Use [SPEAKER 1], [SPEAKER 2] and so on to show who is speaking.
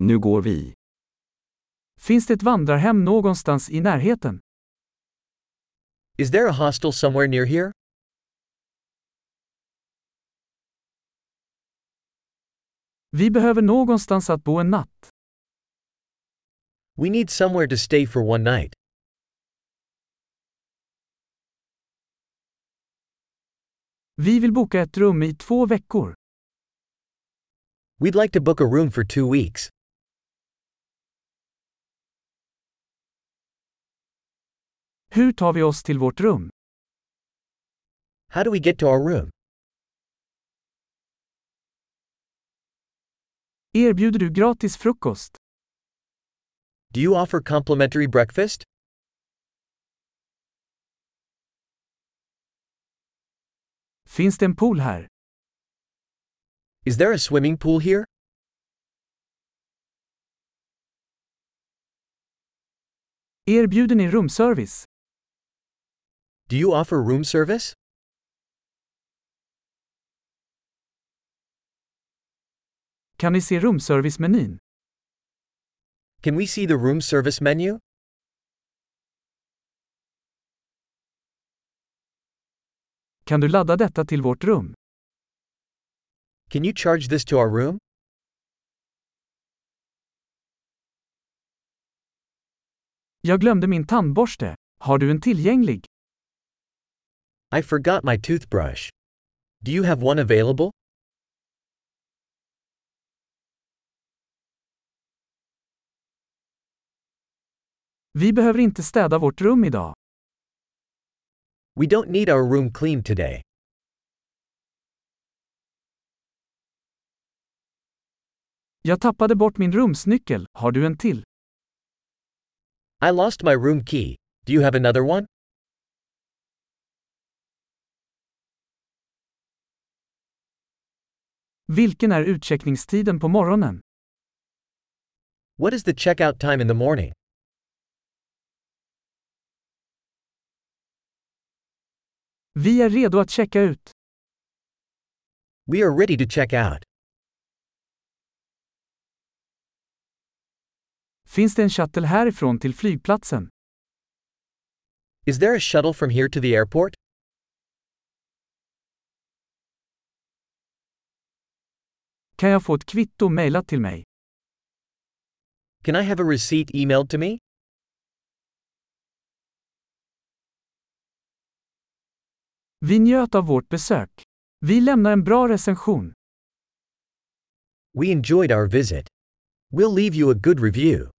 [SPEAKER 1] Nu går vi.
[SPEAKER 2] Finns det ett vandrarhem någonstans i närheten?
[SPEAKER 3] Is there a hostel somewhere near here?
[SPEAKER 2] Vi behöver någonstans att bo en natt.
[SPEAKER 3] We need somewhere to stay for one night.
[SPEAKER 2] Vi vill boka ett rum i två veckor.
[SPEAKER 3] We'd like to book a room for two weeks.
[SPEAKER 2] Hur tar vi oss till vårt rum?
[SPEAKER 3] How do we get to our room?
[SPEAKER 2] Erbjuder du gratis frukost?
[SPEAKER 3] Do you offer complimentary breakfast?
[SPEAKER 2] Finns det en pool här?
[SPEAKER 3] Is there a swimming pool here?
[SPEAKER 2] Erbjuder ni rumservice?
[SPEAKER 3] Do you offer room service?
[SPEAKER 2] Kan ni se rumservicemenyn?
[SPEAKER 3] Can we see the room service menu?
[SPEAKER 2] Kan du ladda detta till vårt rum?
[SPEAKER 3] Can you charge this to our room?
[SPEAKER 2] Jag glömde min tandborste. Har du en tillgänglig?
[SPEAKER 3] I forgot my toothbrush. Do you have one available?
[SPEAKER 2] Vi behöver inte städa vårt rum idag.
[SPEAKER 3] We don't need our room cleaned today.
[SPEAKER 2] Jag tappade bort min rumsnyckel. Har du en till?
[SPEAKER 3] I lost my room key. Do you have another one?
[SPEAKER 2] Vilken är utcheckningstiden på morgonen?
[SPEAKER 3] What is the checkout time in the morning?
[SPEAKER 2] Vi är redo att checka ut.
[SPEAKER 3] We are ready to check out.
[SPEAKER 2] Finns det en shuttle härifrån till flygplatsen?
[SPEAKER 3] Is there a shuttle from here to the airport?
[SPEAKER 2] Kan jag få ett kvitto mejlat till mig?
[SPEAKER 3] Can I have a receipt emailed to me?
[SPEAKER 2] Vi njöt av vårt besök. Vi lämnar en bra recension.
[SPEAKER 3] We enjoyed our visit. We'll leave you a good review.